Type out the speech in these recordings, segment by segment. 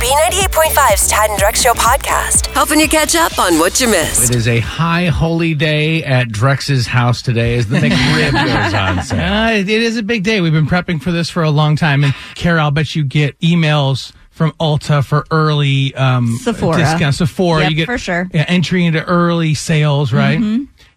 B98.5's Tad and Drex Show podcast, helping you catch up on what you missed. It is a high holy day at Drex's house today as the McRib goes on sale. Uh, it it is a big day. We've been prepping for this for a long time. And Kara, I'll bet you get emails from Ulta for early um, Sephora. discount. Sephora, Yep, you get for sure. Mm-hmm. yeah, entry into early sales, right?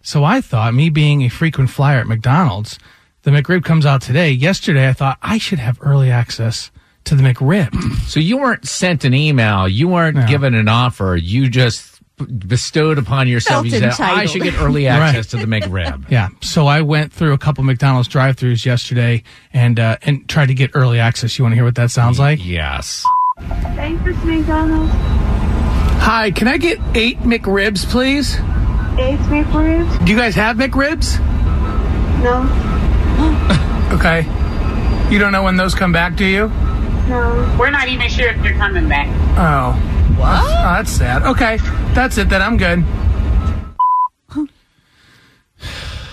So I thought, me being a frequent flyer at McDonald's, the McRib comes out today. Yesterday, I thought I should have early access to the McRib. So you weren't sent an email, you weren't given an offer, you just bestowed upon yourself. Felt you said, I entitled. should get early access to the McRib. Yeah. So I went through a couple McDonald's drive-throughs yesterday and uh, and tried to get early access. You want to hear what that sounds like? Yes. Thanks, Mr. McDonald's. Hi, can I get eight McRibs, please? It's me for you. Do you guys have McRibs? No, Okay. You don't know when those come back, do you? no. We're not even sure if they're coming back. Oh. What? That's, oh, that's sad. Okay. That's it then. I'm good.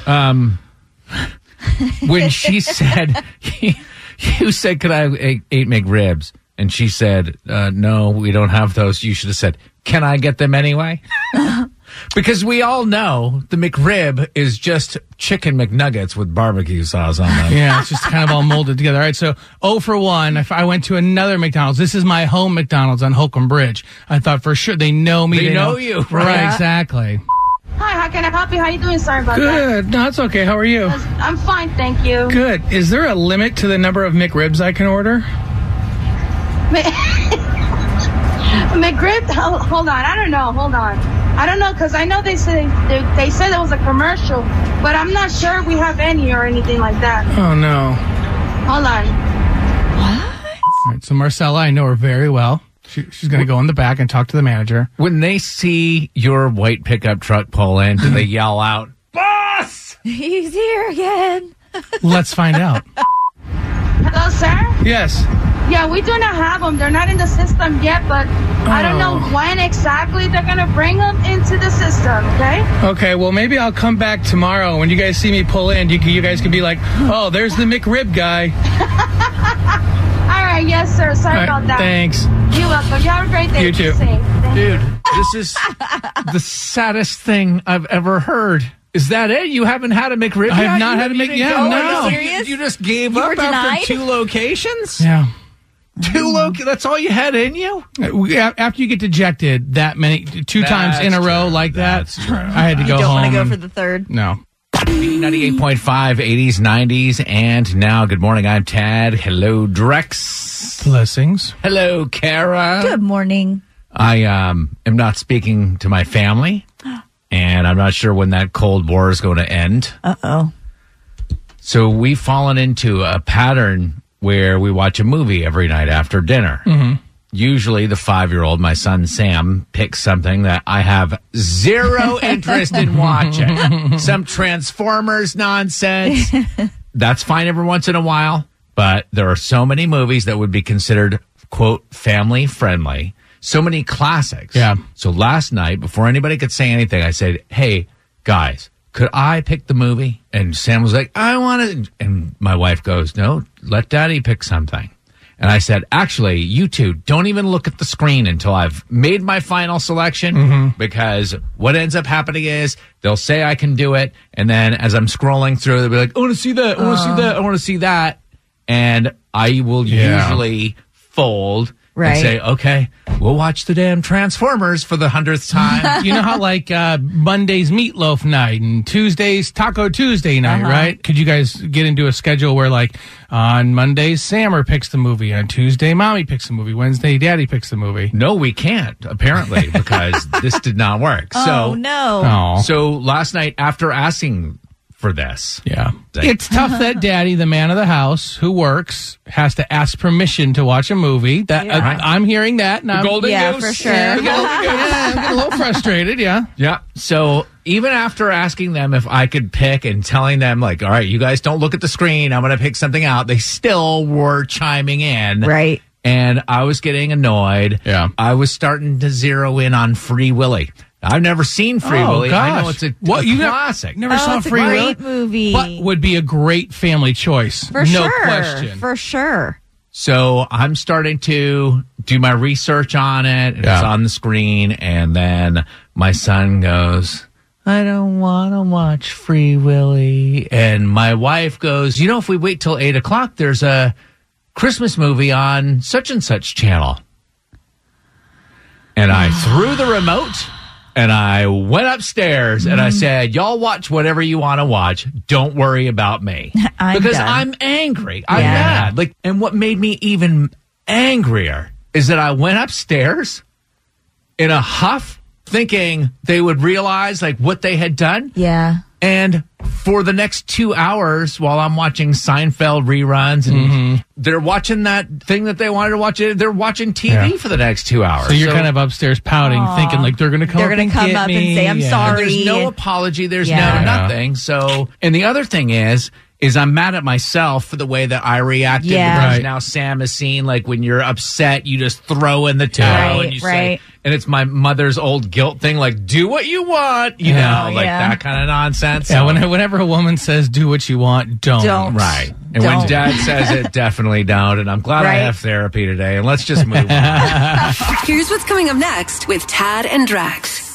Um, When she said, you said, could I have eight, eight McRibs? And she said, uh, no, we don't have those. You should have said, can I get them anyway? because we all know the McRib is just chicken McNuggets with barbecue sauce on them. Yeah, it's just kind of all molded together. All right, so oh for 1, I f- I went to another McDonald's. This is my home McDonald's on Holcomb Bridge. I thought for sure they know me. They know you, Right, right? exactly. Hi, how can I help you? How you doing? Sorry about Good. No, it's okay. How are you? that. I'm fine, thank you. Good. Is there a limit to the number of McRibs I can order? McGrib, ho- hold on. I don't know. Hold on. I don't know because I know they said they, they said it was a commercial, but I'm not sure we have any or anything like that. Oh, no. Hold on. All right, so Marcella, I know her very well. She, she's going to go in the back and talk to the manager. When they see your white pickup truck pull in, do they yell out, "Boss"? He's here again. Let's find out. Hello, sir. yes. Yeah, we do not have them. They're not in the system yet, but I don't know Oh. when exactly they're gonna bring them into the system. Okay. Okay. Well, maybe I'll come back tomorrow. When you guys see me pull in, you, can- you guys can be like, "Oh, there's the McRib guy." All right. Yes, sir. Sorry All right, about that. Thanks, You're welcome. You have a great day. You Be too. safe. Thank you. dude. This is the saddest thing I've ever heard. Is that it? You haven't had a McRib? I have yet? not You had a didn't Mc- even yeah, go? no. You- Serious? You just gave You up were after denied? two locations. Yeah. Two loc. That's all you had in you. We- a- After you get dejected that many, two times in a That's row true. like that, That's true. I had to go you don't home. want to go and- for the third. no. 98.5, 80s, 90s, and now. Good morning. I'm Tad. Hello, Drex. Blessings. Hello, Kara. Good morning. I um, am not speaking to my family, and I'm not sure when that Cold War is going to end. Uh oh. So we've fallen into a pattern where we watch a movie every night after dinner. Usually, the five year old, my son Sam, picks something that I have zero interest in watching. Some Transformers nonsense. That's fine every once in a while, but there are so many movies that would be considered, quote, family friendly. So many classics. Yeah. So last night, before anybody could say anything, I said, Hey, guys, could I pick the movie? And Sam was like, I want to. And my wife goes, No, let daddy pick something. And I said, Actually, you two don't even look at the screen until I've made my final selection because what ends up happening is they'll say I can do it. And then as I'm scrolling through, they'll be like, I want to see that. I want to see that. I want to see that. And I will Yeah. usually fold. Right. And say, okay, we'll watch the damn Transformers for the hundredth time. You know how like uh, Monday's meatloaf night and Tuesday's Taco Tuesday night, Uh-huh. right? Could you guys get into a schedule where like on Monday Sammer picks the movie, on Tuesday Mommy picks the movie, Wednesday Daddy picks the movie? no, we can't, apparently, because this did not work. Oh so no. Oh, So last night, after asking for this. Yeah. Like- it's tough that daddy, the man of the house who works, has to ask permission to watch a movie. That uh, Right. I'm hearing that. And I'm, Golden Yeah, Goose. for sure. Yeah, I'm getting a little- yeah, I'm getting a little frustrated. Yeah. Yeah. So even after asking them if I could pick and telling them, like, all right, you guys don't look at the screen. I'm going to pick something out. They still were chiming in. Right. And I was getting annoyed. Yeah. I was starting to zero in on Free Willy. I've never seen Free Oh, Willy. I know gosh. it's a, What, a you never- classic. never oh, saw it's a Free Willy? great movie. What would be a great family choice? For no sure. question. For sure. So I'm starting to do my research on it. and It's Yeah. on the screen. And then my son goes, I don't want to watch Free Willy. And my wife goes, You know, if we wait till eight o'clock, there's a Christmas movie on such and such channel. And I threw the remote and I went upstairs and Mm-hmm. I said, Y'all watch whatever you want to watch. Don't worry about me. I'm because done. I'm angry. I'm Yeah. mad. Like, and what made me even angrier is that I went upstairs in a huff, thinking they would realize like what they had done. Yeah. And for the next two hours, while I'm watching Seinfeld reruns, and Mm-hmm. they're watching that thing that they wanted to watch, they're watching TV Yeah. for the next two hours. So you're kind of upstairs pouting, thinking like they're going to come They're up gonna and come get up and me. say, I'm sorry. there's no Sorry. apology. There's Yeah. no nothing. So, and the other thing is, is I'm mad at myself for the way that I reacted. Yeah. Because Right. now Sam is seen like when you're upset, you just throw in the towel Right, and you right. say, and it's my mother's old guilt thing, like do what you want, you Yeah. know, like Yeah. that kind of nonsense. Yeah, So- when, whenever a woman says, do what you want, don't. Don't. Right. And Don't. when dad says it, definitely don't. And I'm glad I Right. have therapy today. And let's just move on. Here's what's coming up next with Tad and Drax.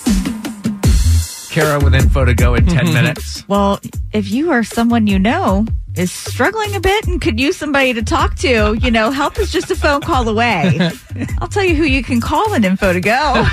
Kara with info to go in 10 minutes. Well, if you or someone you know is struggling a bit and could use somebody to talk to, you know, help is just a phone call away. I'll tell you who you can call in info to go.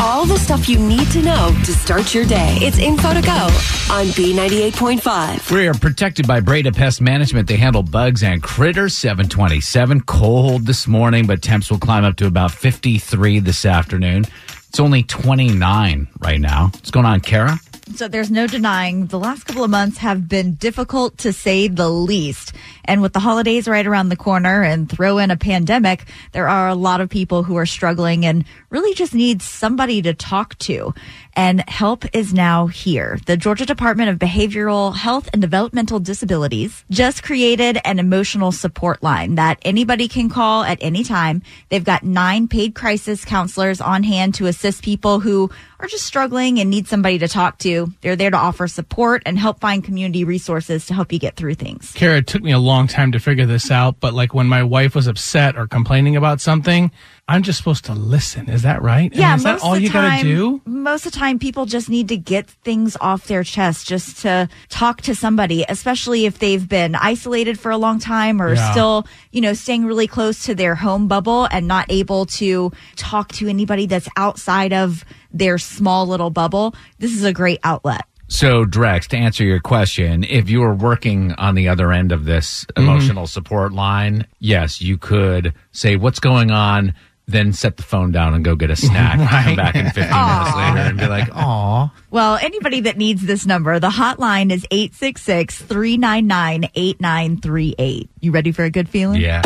All the stuff you need to know to start your day. It's info to go on B98.5. We are protected by Breda Pest Management. They handle bugs and critters. 727 cold this morning, but temps will climb up to about 53 this afternoon. It's only 29 right now. What's going on, Kara? So there's no denying the last couple of months have been difficult to say the least. And with the holidays right around the corner and throw in a pandemic, there are a lot of people who are struggling and really just need somebody to talk to. And help is now here. The Georgia Department of Behavioral Health and Developmental Disabilities just created an emotional support line that anybody can call at any time. They've got nine paid crisis counselors on hand to assist people who are just struggling and need somebody to talk to. They're there to offer support and help find community resources to help you get through things. Kara, it took me a long time to figure this out, but like when my wife was upset or complaining about something, I'm just supposed to listen. Is that right? I mean, is that all you gotta time, do? Most of the time, people just need to get things off their chest, just to talk to somebody, especially if they've been isolated for a long time or Yeah. still, you know, staying really close to their home bubble and not able to talk to anybody that's outside of their small little bubble. This is a great outlet. So, Drex, to answer your question, if you were working on the other end of this emotional support line, yes, you could say, What's going on? Then set the phone down and go get a snack. Come back in 15 minutes later and be like, "Oh, Aw. Well, anybody that needs this number, the hotline is 866 399 8938. You ready for a good feeling? Yeah.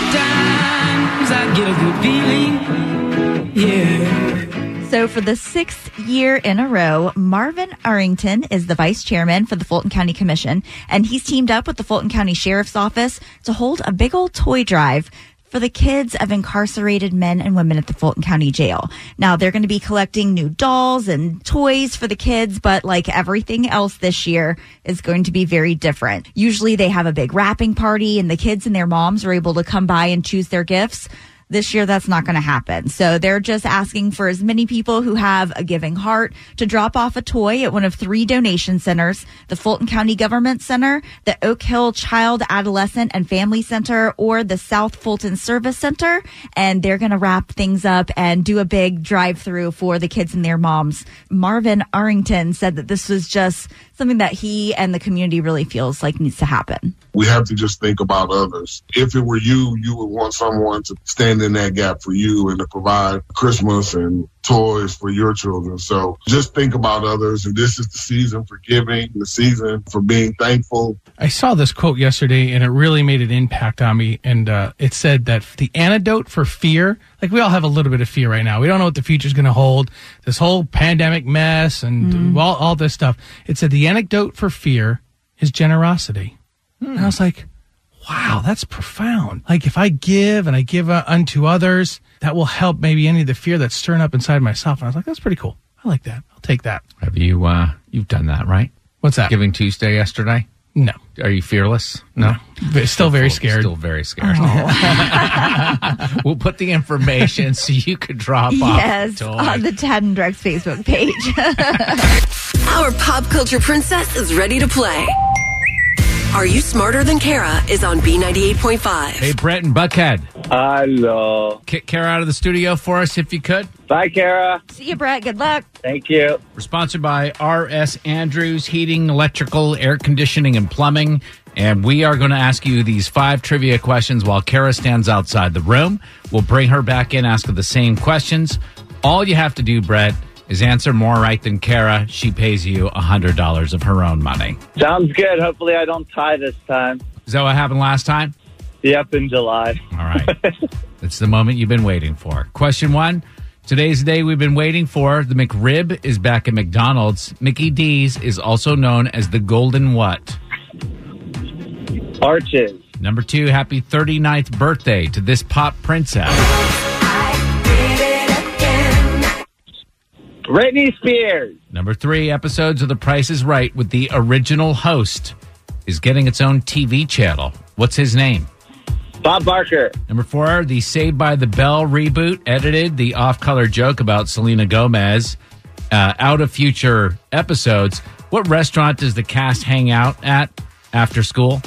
Sometimes I get a good feeling. Yeah. So, for the sixth year in a row, Marvin Arrington is the vice chairman for the Fulton County Commission, and he's teamed up with the Fulton County Sheriff's Office to hold a big old toy drive for the kids of incarcerated men and women at the Fulton County Jail. Now, they're going to be collecting new dolls and toys for the kids, but like everything else this year is going to be very different. Usually, they have a big wrapping party, and the kids and their moms are able to come by and choose their gifts this year that's not going to happen. So they're just asking for as many people who have a giving heart to drop off a toy at one of three donation centers, the Fulton County Government Center, the Oak Hill Child, Adolescent and Family Center, or the South Fulton Service Center. And they're going to wrap things up and do a big drive through for the kids and their moms. Marvin Arrington said that this was just something that he and the community really feels like needs to happen. We have to just think about others. If it were you, you would want someone to stand in that gap for you and to provide Christmas and toys for your children. So just think about others. And this is the season for giving, the season for being thankful. I saw this quote yesterday and it really made an impact on me. And uh, it said that the antidote for fear, like we all have a little bit of fear right now. We don't know what the future's going to hold. This whole pandemic mess and all, all this stuff. It said the antidote for fear is generosity. And I was like, wow, that's profound. Like if I give and I give uh, unto others, that will help maybe any of the fear that's stirring up inside myself. And I was like, that's pretty cool. I like that. I'll take that. Have you uh you've done that, right? What's that? Giving Tuesday yesterday? No. Are you fearless? No. Oh, But Still very scared. Still very scared. Oh. we'll put the information so you could drop off. Yes, Toy. on the Tad and Drex Facebook page. Our pop culture princess is ready to play. Are You Smarter Than Kara is on B98.5. hey Brett and Buckhead. Hello. Kick Kara out of the studio for us if you could. Bye, Kara. See you, Brett. Good luck. Thank you. We're sponsored by RS Andrews Heating, Electrical, Air Conditioning, and Plumbing. And we are going to ask you these five trivia questions while Kara stands outside the room. We'll bring her back in, ask her the same questions. All you have to do, Brett, is answer more right than Kara. She pays you $100 of her own money. Sounds good. Hopefully, I don't tie this time. Is that what happened last time? Yep, in July. All right. it's the moment you've been waiting for. Question one. Today's the day we've been waiting for. The McRib is back at McDonald's. Mickey D's is also known as the Golden What? Arches. Number two, happy 39th birthday to this pop princess. Britney Spears. Number three, episodes of The Price is Right with the original host is getting its own TV channel. What's his name? Bob Barker. Number four, the Saved by the Bell reboot edited the off color joke about Selena Gomez uh, out of future episodes. What restaurant does the cast hang out at after school?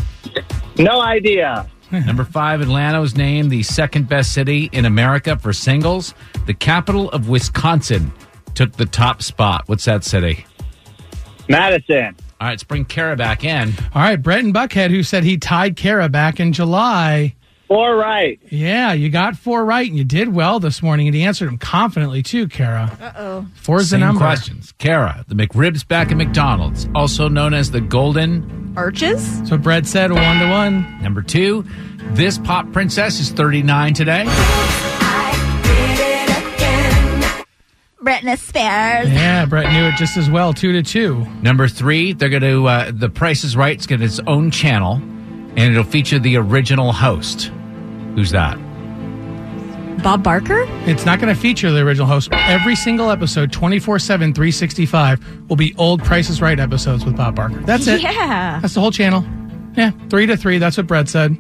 No idea. Number five, Atlanta was named the second best city in America for singles. The capital of Wisconsin took the top spot. What's that city? Madison. All right, let's bring Kara back in. All right, Brett and Buckhead, who said he tied Kara back in July. Four right. Yeah, you got four right, and you did well this morning, and he answered them confidently too, Kara. Uh oh. Four's Same the number. questions. Kara, the McRib's back at McDonald's, also known as the Golden. Arches? So Brett said one to one. Number two, this pop princess is 39 today. Britney Spears. Yeah, Brett knew it just as well, two to two. Number three, they're going to, uh, The Price is Right, it's going to its own channel, and it'll feature the original host. Who's that? Bob Barker? It's not going to feature the original host. Every single episode, 24 7, 365, will be old Price is Right episodes with Bob Barker. That's it. Yeah. That's the whole channel. Yeah, three to three. That's what Brett said.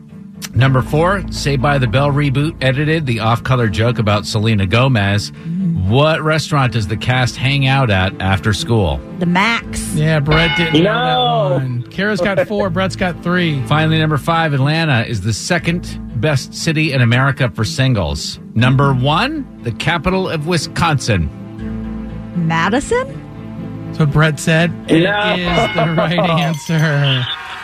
Number four, Say by the Bell reboot edited the off color joke about Selena Gomez. What restaurant does the cast hang out at after school? The Max. Yeah, Brett didn't No. know that one. Kara's got four, Brett's got three. Finally, number five, Atlanta is the second best city in America for singles. Number one, the capital of Wisconsin. Madison? So Brett said it is No. the right answer.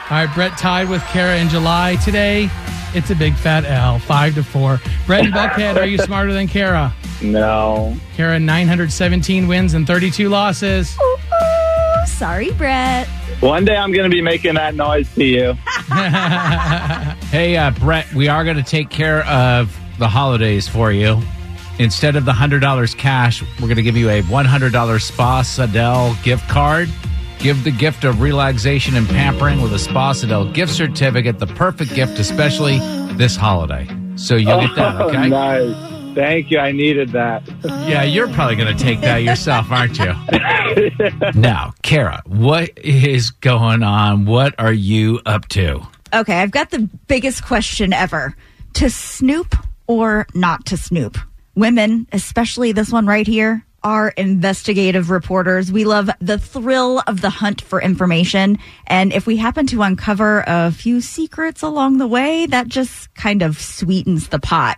All right, Brett tied with Kara in July. Today, it's a big fat L, five to four. Brett and Buckhead, are you smarter than Kara? No. Kara, 917 wins and 32 losses. Ooh, sorry, Brett. One day I'm going to be making that noise to you. Hey, uh, Brett, we are going to take care of the holidays for you. Instead of the $100 cash, we're going to give you a $100 Spa Sadell gift card. Give the gift of relaxation and pampering with a Spa Sadell gift certificate, the perfect gift, especially this holiday. So you'll get that, Oh, okay? nice. Thank you. I needed that. Yeah, you're probably going to take that yourself, aren't you? now, Kara, what is going on? What are you up to? Okay, I've got the biggest question ever to snoop or not to snoop. Women, especially this one right here, are investigative reporters. We love the thrill of the hunt for information. And if we happen to uncover a few secrets along the way, that just kind of sweetens the pot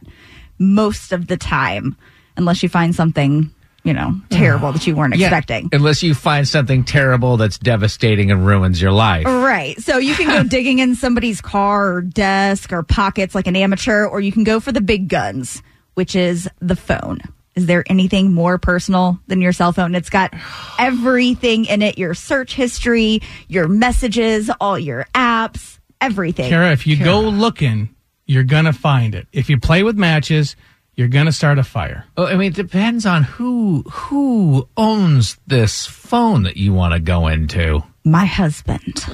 most of the time, unless you find something, you you know, terrible that you weren't Yeah, expecting. Unless you find something terrible that's devastating and ruins your life. Right. So you can go digging in somebody's car or desk or pockets like an amateur, or you can go for the big guns, which is the phone. Is there anything more personal than your cell phone? It's got everything in it your search history, your messages, all your apps, everything. Kara, if you go looking, you're gonna find it. If you play with matches, you're gonna start a fire. Oh, I mean, it depends on who who owns this phone that you want to go into. my husband.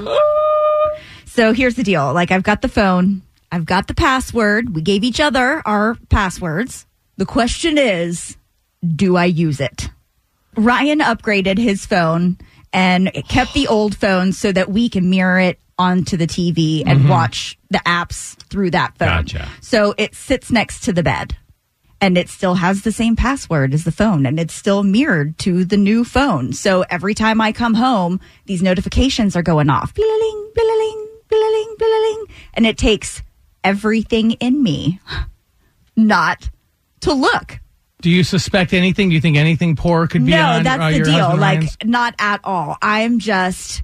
so here's the deal. Like I've got the phone, I've got the password. We gave each other our passwords. The question is, do I use it? Ryan upgraded his phone and it kept the old phone so that we can mirror it onto the TV and Mhm. watch the apps through that phone. Gotcha. So it sits next to the bed and it still has the same password as the phone and it's still mirrored to the new phone. So every time I come home, these notifications are going off. Bling, bling, bling, bling. And it takes everything in me not to look. Do you suspect anything? Do you think anything poor could be no, on that's uh, the your deal. husband Like, Ryan's? not at all. I'm just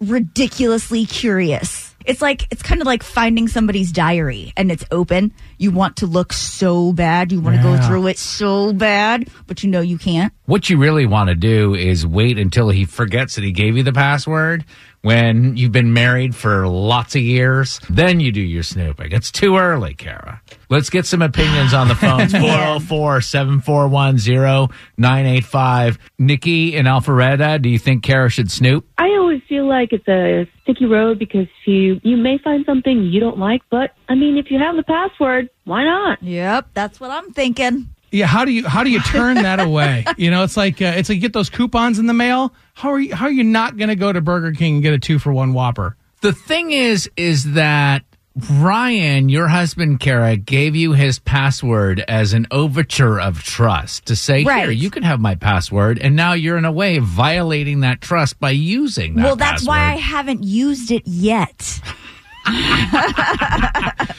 ridiculously curious. It's like it's kind of like finding somebody's diary and it's open. You want to look so bad. You want to go Yeah. through it so bad, but you know you can't. What you really want to do is wait until he forgets that he gave you the password when you've been married for lots of years. Then you do your snooping. It's too early, Kara. Let's get some opinions on the phones. 404 741 985. Nikki in Alpharetta, do you think Kara should snoop? I always feel like it's a sticky road because you you may find something you don't like, but I mean, if you have the password, why not? Yep, that's what I'm thinking. yeah. How do you how do you turn that away? You know, it's like uh, it's like you get those coupons in the mail. How are you how are you not gonna go to Burger King and get a two for one Whopper? The thing is, is that Ryan, your husband, Kara, gave you his password as an overture of trust to say, here, Right. you can have my password. And now you're in a way violating that trust by using that. well, that's why I password. haven't used it yet.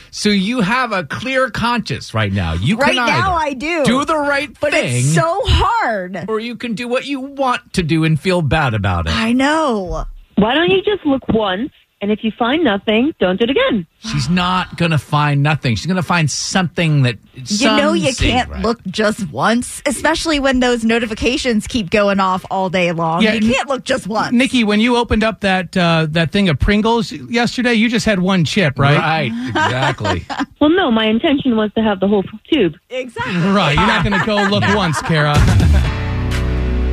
So you have a clear conscience right now. You right can now, either I do Do the right but thing. It's so hard. Or you can do what you want to do and feel bad about it. I know. Why don't you just look once, and if you find nothing, don't do it again. She's not going to find nothing. She's going to find something that You know some you can't secret. look just once, especially when those notifications keep going off all day long. Yeah, you n- can't look just once. Nikki, when you opened up that uh, that thing of Pringles yesterday, you just had one chip, right? Right, exactly. Well, no, my intention was to have the whole tube. Exactly. right. You're not going to go look once, Kara.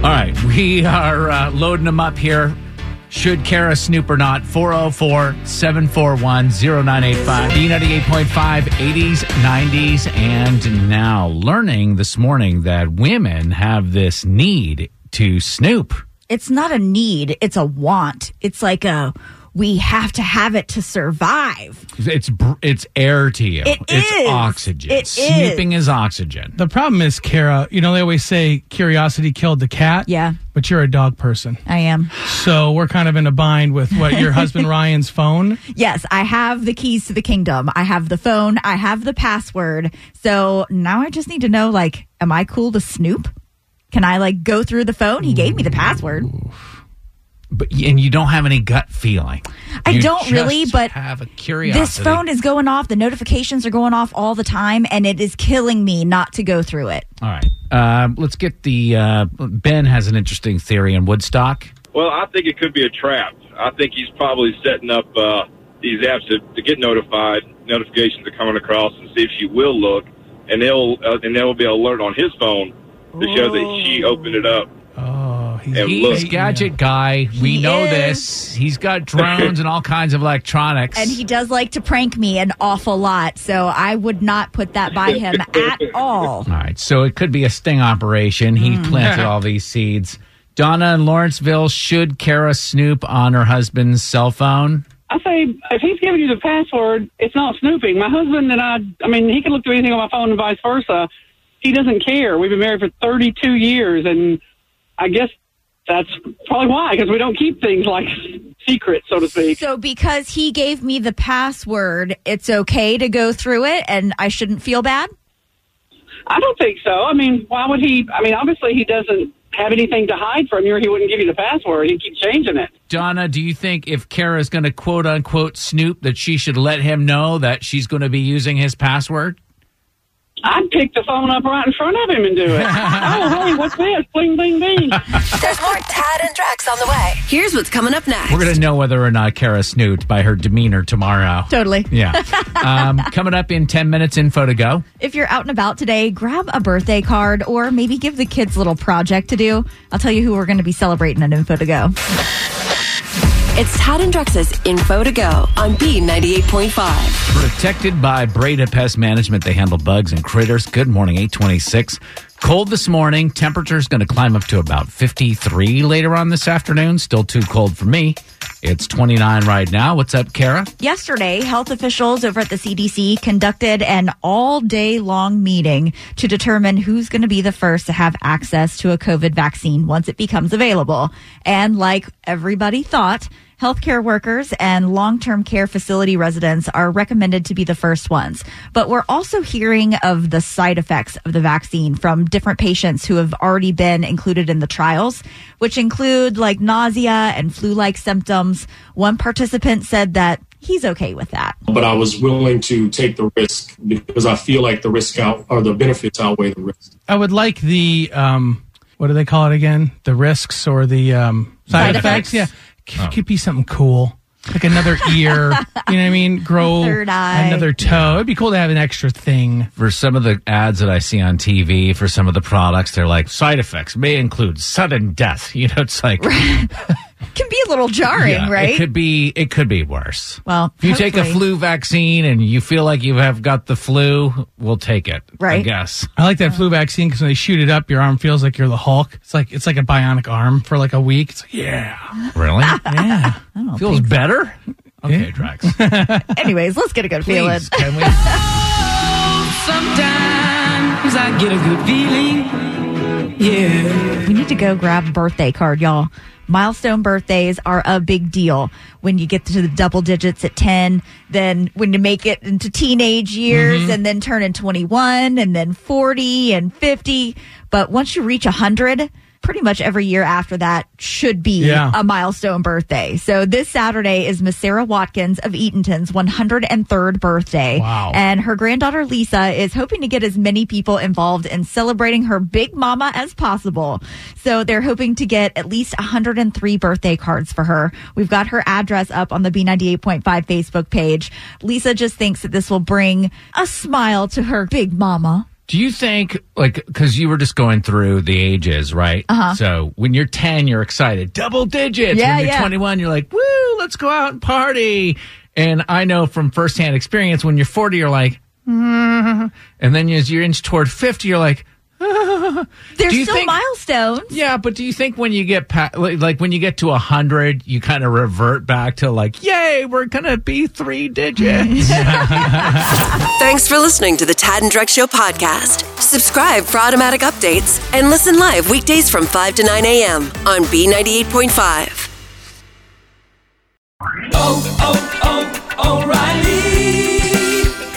All right, we are uh, loading them up here. Should Kara snoop or not? 404 741 0985. B98.5, 80s, 90s, and now. Learning this morning that women have this need to snoop. It's not a need, it's a want. It's like a we have to have it to survive. It's br- it's air to you. It it's is. oxygen. It is. Snooping is. oxygen. The problem is, Kara, you know, they always say curiosity killed the cat. Yeah. But you're a dog person. I am. So we're kind of in a bind with what your husband Ryan's phone. Yes, I have the keys to the kingdom. I have the phone. I have the password. So now I just need to know like, am I cool to snoop? Can I like go through the phone? He gave me the password. But, and you don't have any gut feeling. I You don't just really, but have a curiosity. This phone is going off. The notifications are going off all the time, and it is killing me not to go through it. All right. Uh, let's get the. Uh, ben has an interesting theory in Woodstock. Well, I think it could be a trap. I think he's probably setting up uh, these apps to, to get notified. Notifications are coming across and see if she will look, and they'll uh, and there will be an alert on his phone to show that she opened it up. Oh, he's, and He's looked. gadget guy. We He know is. this. He's got drones and all kinds of electronics. And he does like to prank me an awful lot, so I would not put that by him at all. all right. So it could be a sting operation. He Mm. planted all these seeds. Donna in Lawrenceville should Kara snoop on her husband's cell phone. I say if he's giving you the password, it's not snooping. My husband and I, I mean, he can look through anything on my phone and vice versa. He doesn't care. We've been married for 32 years, and I guess that's probably why because we don't keep things like secret, so to speak. So because he gave me the password, it's okay to go through it, and I shouldn't feel bad. I don't think so. I mean, why would he? I mean, obviously he doesn't have anything to hide from you, or he wouldn't give you the password. He'd keep changing it. Donna, do you think if Kara's going to quote unquote snoop that she should let him know that she's going to be using his password? I'd pick the phone up right in front of him and do it. oh, hey, what's this? Bling, bling, bling. There's more Tad and Drax on the way. Here's what's coming up next. We're going to know whether or not Kara snooped by her demeanor tomorrow. Totally. Yeah. um, coming up in 10 minutes, info to go. If you're out and about today, grab a birthday card or maybe give the kids a little project to do. I'll tell you who we're going to be celebrating at Info to Go. It's Tad and Drex's Info to Go on B98.5. Protected by Breda Pest Management, they handle bugs and critters. Good morning, 826. Cold this morning. Temperature's going to climb up to about 53 later on this afternoon. Still too cold for me. It's 29 right now. What's up, Kara? Yesterday, health officials over at the CDC conducted an all day long meeting to determine who's going to be the first to have access to a COVID vaccine once it becomes available. And like everybody thought, healthcare workers and long term care facility residents are recommended to be the first ones. But we're also hearing of the side effects of the vaccine from different patients who have already been included in the trials, which include like nausea and flu like symptoms. One participant said that he's okay with that. but I was willing to take the risk because I feel like the risk out or the benefits outweigh the risk. I would like the um, what do they call it again? The risks or the um, side, Side effects? effects? Yeah, C- could be something cool, like another ear. you know what I mean? Grow Third eye. another toe. It'd be cool to have an extra thing. For some of the ads that I see on TV for some of the products, they're like side effects may include sudden death. You know, it's like Can be a little jarring, Yeah, right? It could be it could be worse. well, If you take a hopefully. flu vaccine and you feel like you have got the flu, we'll take it. I Right. guess. I like that flu vaccine because when they shoot it up, your arm feels like you're the Hulk. It's like it's like a bionic arm for like a week. It's like, yeah, Really? yeah, Feels better? Okay, Drax. Anyways, let's get a good feeling. Please, can we? Sometimes I get a good feeling. Yeah. We need to go grab a birthday card, y'all. Milestone birthdays are a big deal. When you get to the double digits at 10, then when you make it into teenage years Mhm. and then turn in 21 and then 40 and 50. But once you reach 100, pretty much every year after that should be Yeah. a milestone birthday. So this Saturday is Miss Sarah Watkins of Eatonton's 103rd birthday. Wow. And her granddaughter Lisa is hoping to get as many people involved in celebrating her big mama as possible. So they're hoping to get at least 103 birthday cards for her. We've got her address up on the B98.5 Facebook page. Lisa just thinks that this will bring a smile to her big mama. Do you think, like, because you were just going through the ages, right? Uh-huh. So when you're 10, you're excited, double digits. Yeah, when you're yeah. 21, you're like, woo, let's go out and party. And I know from firsthand experience, when you're 40, you're like, "Mm-hmm." Mm. and then as you inch toward 50, you're like, There's Do you still think- milestones. yeah, but do you think when you get pa- like like when you get to 100, you kind of revert back to like, yay, we're going to be three digits? Thanks for listening to the Tad and Drex Show podcast. Subscribe for automatic updates and listen live weekdays from 5 to 9 a.m. on B98.5. Oh,